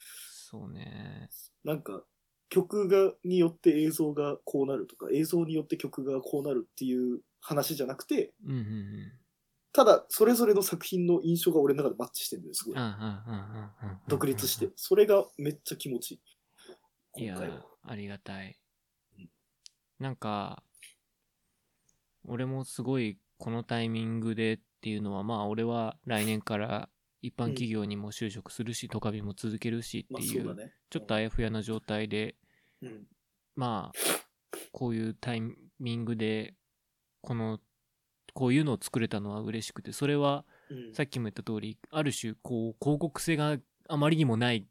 そうね。なんか、曲が、によって映像がこうなるとか、映像によって曲がこうなるっていう話じゃなくて、うんうんうん。ただ、それぞれの作品の印象が俺の中でマッチしてるんだよ、すごいあ。あああああああああ独立して。。それがめっちゃ気持ちいい。いや今回は。、ありがたいうん。なんか、俺もすごいこのタイミングでっていうのは、まあ俺は来年から一般企業にも就職するし、トカビも続けるしっまあてそいうだう、ね。ちょっとあやふやな状態で、うん。まあ、こういうタイミングで、この、こういうのを作れたのは嬉しくて、それはうん。さっきも言った通り、ある種、こう、広告性があまりにもない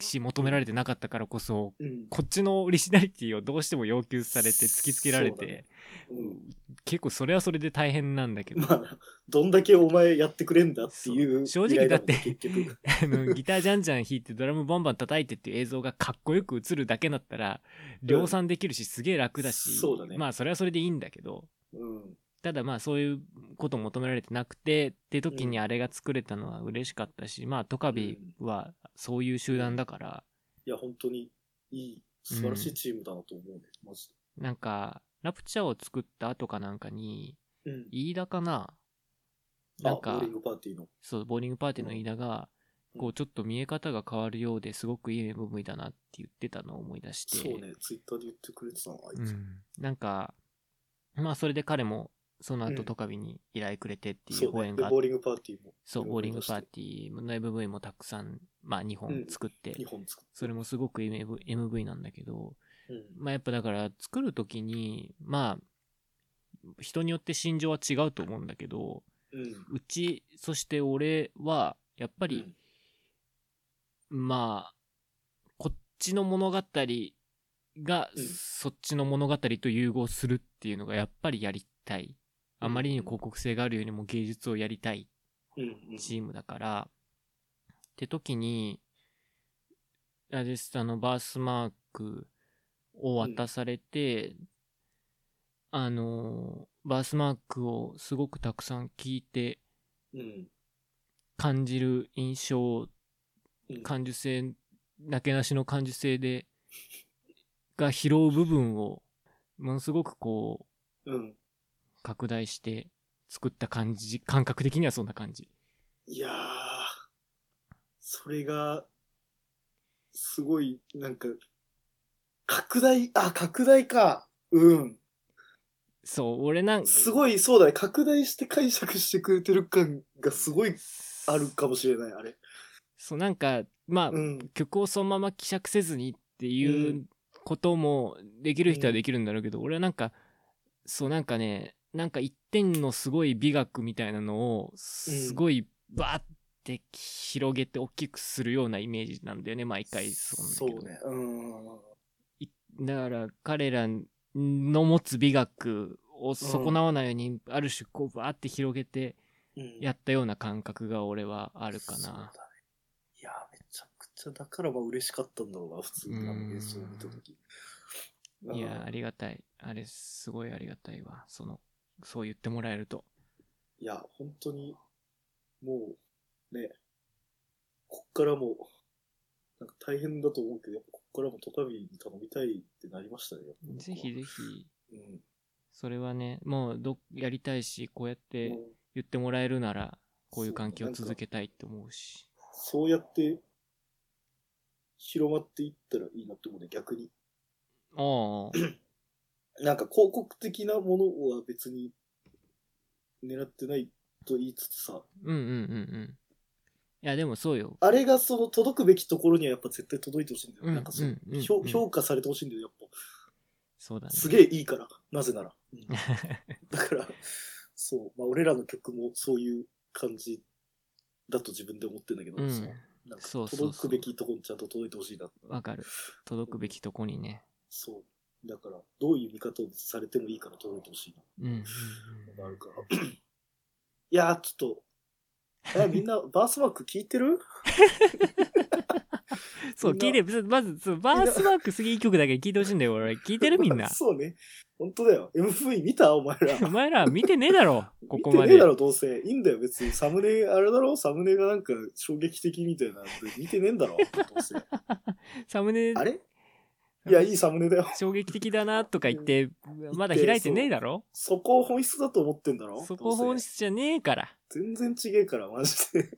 し、求められてなかったからこそ、うん。こっちのオリジナリティをどうしても要求されて突きつけられそうだねて、うん結構それはそれで大変なんだけ *laughs* どまあ、どんだけお前やってくれんだっていう。そう正直だって依頼もんね *laughs* 結局。あのギターじゃんじゃん弾いてドラムバンバン叩いてっていう映像がかっこよく映るだけだったら量産できるしすげえ楽だし、そうだねまあそれはそれでいいんだけどうん。ただまあそういうこと求められてなくてって時にうあれが作れたのは嬉しかったし、まあトカビはそういう集団だからいや、本当にいい、素晴らしいチームだなと思うね、マジなんかラプチャーを作った後かなんかにで。うん。飯田かなあ、なんボかーリングパーティーの。そう、ボーリングパーティーの飯田が、うんこう、ちょっと見え方が変わるようですごくいい MV だなって言ってたのを思い出して。そうね、ツイッターで言ってくれてたの、あいうつ。ん。なんか、まあ、それで彼も、そのう後、んトカビに依頼くれてっていそうう応ね、援でがあっボーリングパーティーも。そう、ボーリングパーィティーの MV もたくさん、まあ、2本うん作って、 2本作って。それもすごくいい MV MV なんだけど、うん。まあ、やっぱだから、作る時に、まあ、人によって心情は違うと思うんだけど、うん。うち、そして俺は、やっぱり、まあ、こっちの物語が、うんそっちの物語と融合するっていうのがやっぱりやりたい。あまりに広告性があるよりも芸術をやりたいうん。うん。チームだから、って時に、あれです、あの、バースマークを渡されて、あの、バースマークをすごくたくさん聞いてうん。感じる印象うん。感受性なけなしの感受性でが拾う部分をものすごくこううん。拡大して作った感じ感覚的にはそんな感じいやー、それが、すごい、なんか、拡大、あ、拡大か。うん。そう俺なんすごい、そうだね。拡大して解釈してくれてる感がすごいあるかもしれない、あれ。そうなんかまあ、うん。曲をそのまま希釈せずにっていううんこともできる人はできるんだろうけど、俺はなんかそうなんかねなんか一点のすごい美学みたいなのをすごいバーって広げて大きくするようなイメージなんだよね毎回そうなんだけどそうね。うん。いだから彼らの持つ美学を損なわないようにある種こうバーって広げてうんやったような感覚が俺はあるかそうだねな。いやー、めちゃくちゃ、だからまあ嬉しかったんだろうな、普通に、あうのん映像を見たとき。いやーあうんりがたいあれすごいありがたいわそのそう言ってもらえるといや、本当に、もう、ね、こっからも、なんか大変だと思うけど、やっぱこっからもトカビに頼みたいってなりましたね。やっぱ僕はぜひ。ぜひうん。それはねもうどやりたいしこうやってもう言ってもらえるならこういうそう環境をなんか続けたいと思うしそうやって、広まっていったらいいなって思うね、逆に。ああなんか広告的なものは別に狙ってないと言いつつさ、うんうんうんうんいやでもそうよあれがその届くべきところにはやっぱ絶対届いてほしいんだよ。うんなんかそのうんうんうん評評価されてほしいんだよ、やっぱ。そうだねすげえいいから、なぜなら。う *laughs* んだから、そう、まあ俺らの曲もそういう感じだと自分で思ってんだけど、うんそのなんかそうそうそう届くべきとこにちゃんと届いてほしいな。わかる届くべきとこにねそう。だから、どういう見方をされてもいいから届いてほしいうんう *laughs* んな。のがあるから。 *coughs* いやー、ちょっと、え、みんな、バースマーク聞い *laughs* てるうんそうみんな聞いてるまずそうバースマークすげえいい曲だけど聞いてほしいんだよ俺聞いてるみんな *laughs* そうね。本当だよ。MV 見たお前ら。お前ら見てねえだろここま見てねえでだろ、どうせ。いいんだよ、別に。サムネ、あれだろサムネがなんか衝撃的みたいなんで。見てねえんだろ、ど *laughs* うせ。サムネあれいや、いいサムネだよ。衝撃的だなとか言ってまだ開いてねえだろそこを本質だと思ってんだろそこ本質。質じゃねえからどうせ全然違えから、マジで。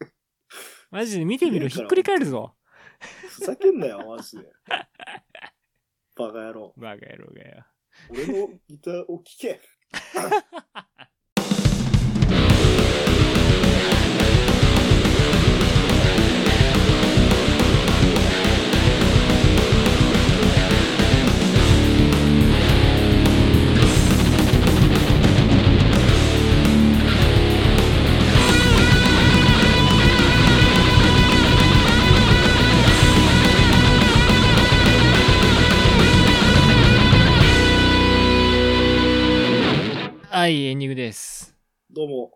マジで見てみろいいかひらっくり返るぞふざけんなよ、マジで。バカ野郎。バカ野郎がよ俺のギターを聴け。はい、エンディングです。どうも、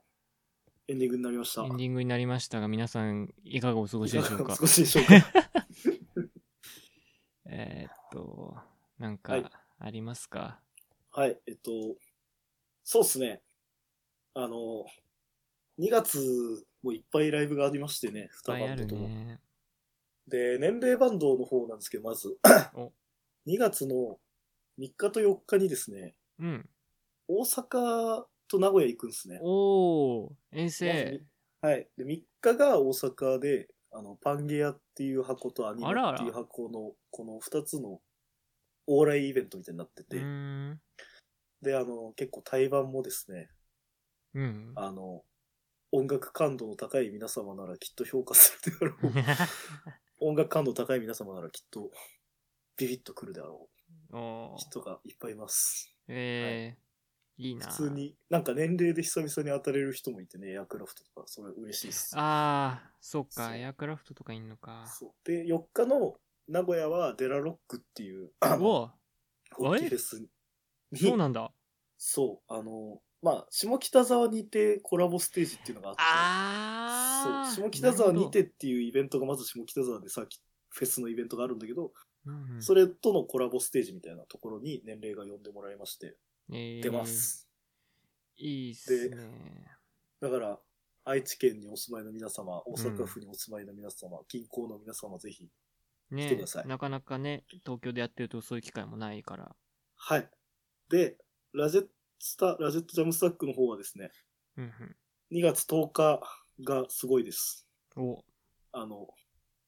エンディングになりました。エンディングになりましたが、皆さん、いかがお過ごしでしょうか少。しでしょうか。 *laughs* えーっと、なんはいか、ありますか、はい、えっと、そうっすね。あの、2月もいっぱいライブがありましてね、い、 2っぱいあバンドるとも。ね。で、年齢バンドの方なんですけど、まず *coughs* お。 2月の3日と4日にですね、うん。大阪と名古屋行くんですね。おー、遠まず征。はい。で、3日が大阪で、あの、パンゲアっていう箱とアニあらマあっらていう箱の、この2つの往来イベントみたいになってうて、ーん。で、あの、結構対バンもですね、うん。あの、音楽感度の高い皆様ならきっと評価するであろう。音楽感度高い皆様ならきっとビビッとくるであろ *laughs* おうー人がいっぱいいます。えー、いいな。普通に、なんか年齢で久々に当たれる人もいてね、エアクラフトとか、それ嬉しいです。あー、そっそうか、エアクラフトとかいんのか。そう。で、4日の名古屋はデラロックっていう、あのおホッキフェスに、そうなんだ。そう、あの、まあ、下北沢にてコラボステージっていうのがあって、あー。そう、下北沢にてなるっていうイベントがまず下北沢でさっきフェスのイベントがあるんだけど、ほど、うんうんそれとのコラボステージみたいなところに年齢が呼んでもらいまして、えー出ます。いいっすね。だから、愛知県にお住まいの皆様、大阪府にお住まいの皆様、近郊の皆様、ぜひ。来てねくださいなかなかね、東京でやってるとそういう機会もないから。はい。で、ラジェットスタ、ラジェットジャムスタックの方はですね、うん2月10日がすごいです。うん。お、あの、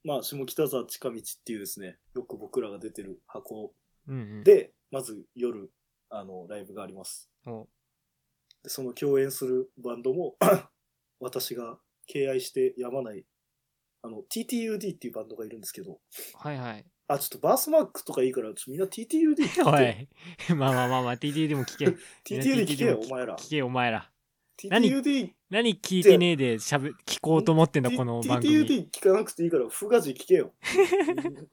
まあ、下北沢近道っていうですね、よく僕らが出てる箱うんうん。、で、まず夜、あの、ライブがあります。お、でその共演するバンドも、 *clears throat* 私が敬愛してやまない、あの、TTUD っていうバンドがいるんですけど、はいはい。あ、ちょっとバースマークとかいいから、ちょっとみんな TTUD 聞おけい。 *laughs* まあまあまあまあ、TT でも聞け。 TTUD 聞けよ、 TTUD お前ら。聞け、お前ら。何 TTUD 何聞いてねえでしゃべ、聞こうと思ってんだ、この番組。 TTUD 聞かなくていいから、フガジ聞けよ。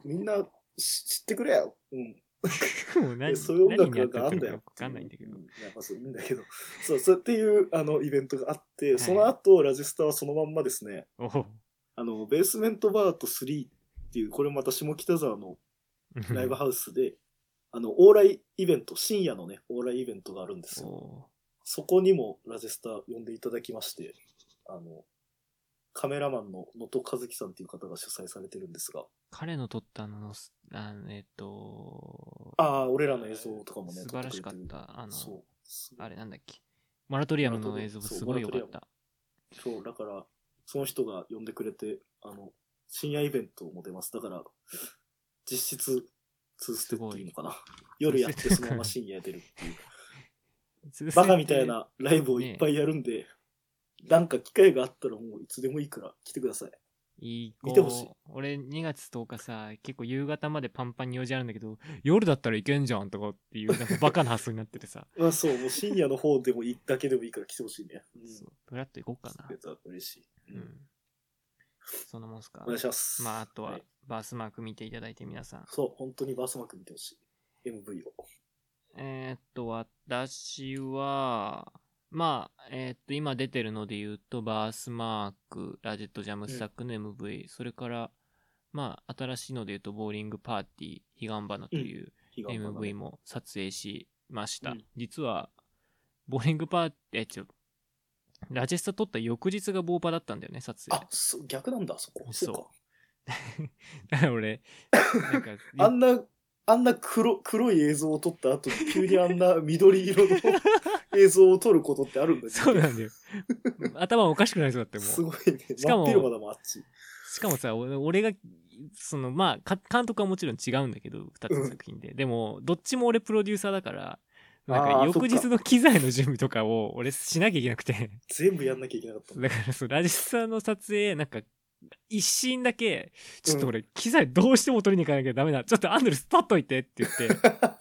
みんなし知ってくれよ。うん。もう *laughs* 何、でそういう音何にや楽ってがあるんかだよよ。くわかんないんだけどう。やっぱそう、いいんだけど。そう、そうっていう、あの、イベントがあって、いその後、ラジスタはそのまんまですね、おうあの、ベースメントバート3っていう、これまた下北沢のライブハウスで、あの、往来イベント、深夜のね、往来イベントがあるんですよ。おそこにもラジスタ呼んでいただきまして、あの、カメラマンの能登和樹さんっていう方が主催されてるんですが、彼の撮ったののす、あのえっと、ああ、俺らの映像とかもね、素晴らしかっ撮てくれてる。た。あの、そう。すごいあれなんだっけ。モラトリアムの映像もすごい良かった。そう、だから、その人が呼んでくれて、あの、深夜イベントも出ます。だから、実質、ツーステップいいのかな。夜やって、そのまま深夜出るっ *laughs* ていう。バカみたい。なライブをいっぱいやるんで、なんか機会があったらもういつでもいいから来てください。いい見てほしいこう俺2月10日さ、結構夕方までパンパンに用事あるんだけど、夜だったらいけんじゃんとかっていう、なんかバカな発想になっててさ。まあそう、もう深夜の方でもいいだけでもいいから来てほしいね。うん。そう、ふらっと行こうかな来て。たら嬉しい。ううん。ん。そんなもんすかお。願いします。、まあ、あとはいバースマーク見ていただいて皆さん。そう、本当にバースマーク見てほしい。MV を。えーっと、私は、まあ、えーっと、今出てるので言うと、バースマーク、ラジェットジャムスタックの MV、それから、まあ、新しいので言うと、ボーリングパーティー、ヒガンバナという悲願花 MV も撮影しました。うん実は、ボーリングパーティー、え、ちょ、ラジェスタ撮った翌日がボーパだったんだよね、撮影あ。、そう、逆なんだ、そこ。そうそうか。 *laughs* だから俺、なんか、あんな、あんな黒、黒い映像を撮った後に急にあんな緑色の映像を撮ることってあるんだそうなんだだよ。頭おかしくなりそうだって、もう。すごいね。しかも真っ昼間だもん、あっち。しかもさ、俺俺がそのまあか監督はもちろん違うんだけど2つの作品で、でもどっちも俺プロデューサーだからなんあかー翌日の機材の準備とかを俺しなきゃいけなくて *laughs* 全部やんなきゃいけなかった。だからそのラジスさんの撮影なんか一シーンだけちょっと俺機材どうしても取りに行かなきゃダメだちょっとアンドルス取っといてって言って *laughs*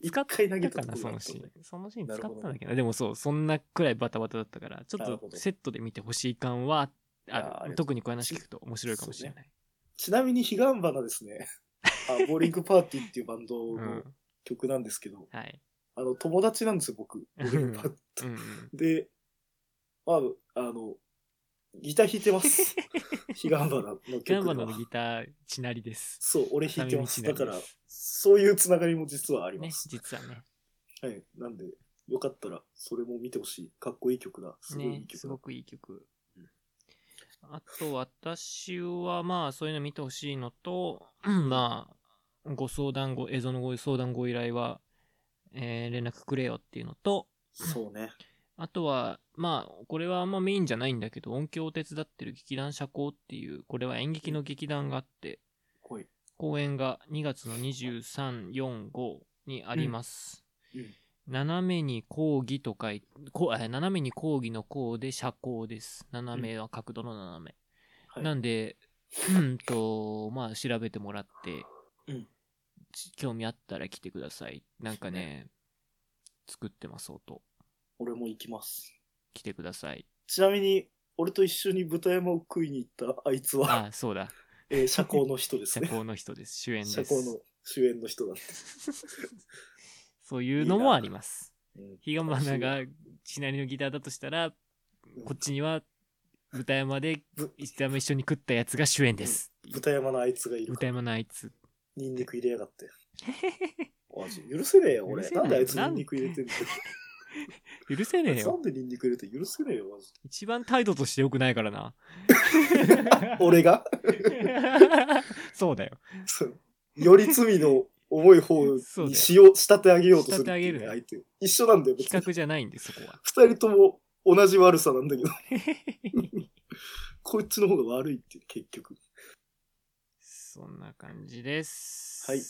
一使っ回投げたたかとこなろそだのシったんだーよンそのシーン使なっるたほどんだけどでもそうそんなくらいバタバタだったからちょなるっほとどセットで見てほしい感はあーあありがとう特にこういう話聞くと面白いかもしれない、ちなみに、彼岸花ですね。あボーリングパーティーっていうバンドうのん曲なんですけど、はい、あの、友達なんですよ、僕。ボーリングパーティーうんうん、で、まあ、あの、ギター弾いてます。 *laughs* ヒガンバナの曲ガンはバナのギターちなりですそう、俺弾いてます。片だ道なかんですら、そういうつながりも実はありねます。実はねはい。なんで、よかったら、それも見てほしい。かっこいい曲だ。すごいいねいす曲だ。ごくいい曲あと私はまあそういうの見てほしいのとまあご相談ご映像のご相談ご依頼は、えー連絡くれよっていうのとそうね。あとは、まあ、これはあんまメインじゃないんだけど、音響を手伝ってる劇団社交っていう、これは演劇の劇団があって、ほい。公演が2月の23、4、5にあります。うんうん斜めに講義と書いて、こうえ斜めに講義の講で社交です。斜めは角度の斜め。はいなんで、うんと、まあ、調べてもらって、うんち興味あったら来てください。なんかね、作ってます、音。俺も行きます。来てください。ちなみに、俺と一緒に豚山を食いに行ったあいつは、あ、そうだ。えー社交の人です社ね。交の人です。主演社で交すの。主演の人だって。そういうのもあります。うんヒガマナがシナリのギターだとしたら、こっちには豚山でぶ一山一緒に食ったやつが主演です。豚山のあいつがいるから豚山のあいつ。ニンニク入れや *laughs* がって。マジ許せねえよ、俺許。せなないんであいつニンニク入れてんの許せあねいえつなよ。んでニンニク入れてんの許せねえよ、マジ一番態度として良くないから *laughs* な。で。俺がそう *laughs* だよ。そうより罪の重い *laughs* 方そうだよにしよう、仕立て上げようとするって仕立ていうね、上げ相手を。一緒なんだよ、比別に。較じゃないんで、そこは。二人とも同じ悪さな *laughs* んだけど、こっちの方が悪いっていう、結局。そんな感じです。はい。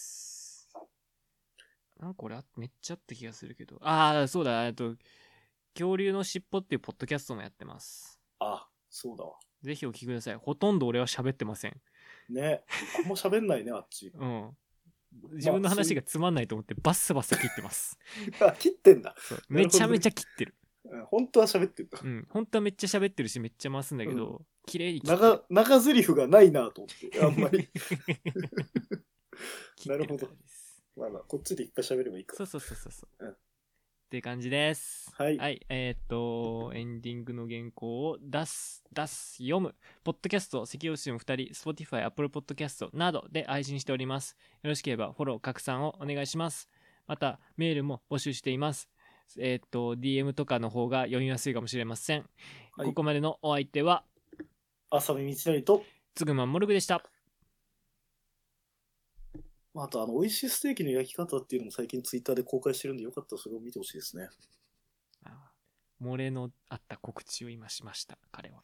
なんか俺あ、めっちゃあった気がするけど。ああ、そうだ、えっと、恐竜のしっぽっていうポッドキャストもやってます。あ、そうだわ。ぜひお聞きください。ほとんど俺は喋ってません。ね。あんま喋んないね、あっち。うん。自分の話がつまんないと思ってバッサバッサ切って *laughs* ます。 *laughs* あ、切ってんだ。そうなめるほどねちゃめちゃ切ってる。うん本当は喋ってんだう。ん。本当はめっちゃ喋ってるし、めっちゃ回すんだけど、綺麗に切ってる長、長台詞がないなと思 *laughs* って、あんまり。切ってなるほどからですまあまあ、こっちでいっぱい喋ればいいかそうそうそうそうそう。うんって感じです。はいえーっと、エンディングの原稿を出す、出す、読む。ポッドキャスト、関吉も2人、Spotify、Apple Podcast などで配信しております。よろしければフォロー、拡散をお願いします。また、メールも募集しています。えーっと、DM とかの方が読みやすいかもしれません。はいここまでのお相手は、ら。浅見道成と、つぐまんもるぐでした。まあ、あと、あの、美味しいステーキの焼き方っていうのも最近ツイッターで公開してるんで、よかったらそれを見てほしいですね。あー漏れのあった告知を今しました、彼は。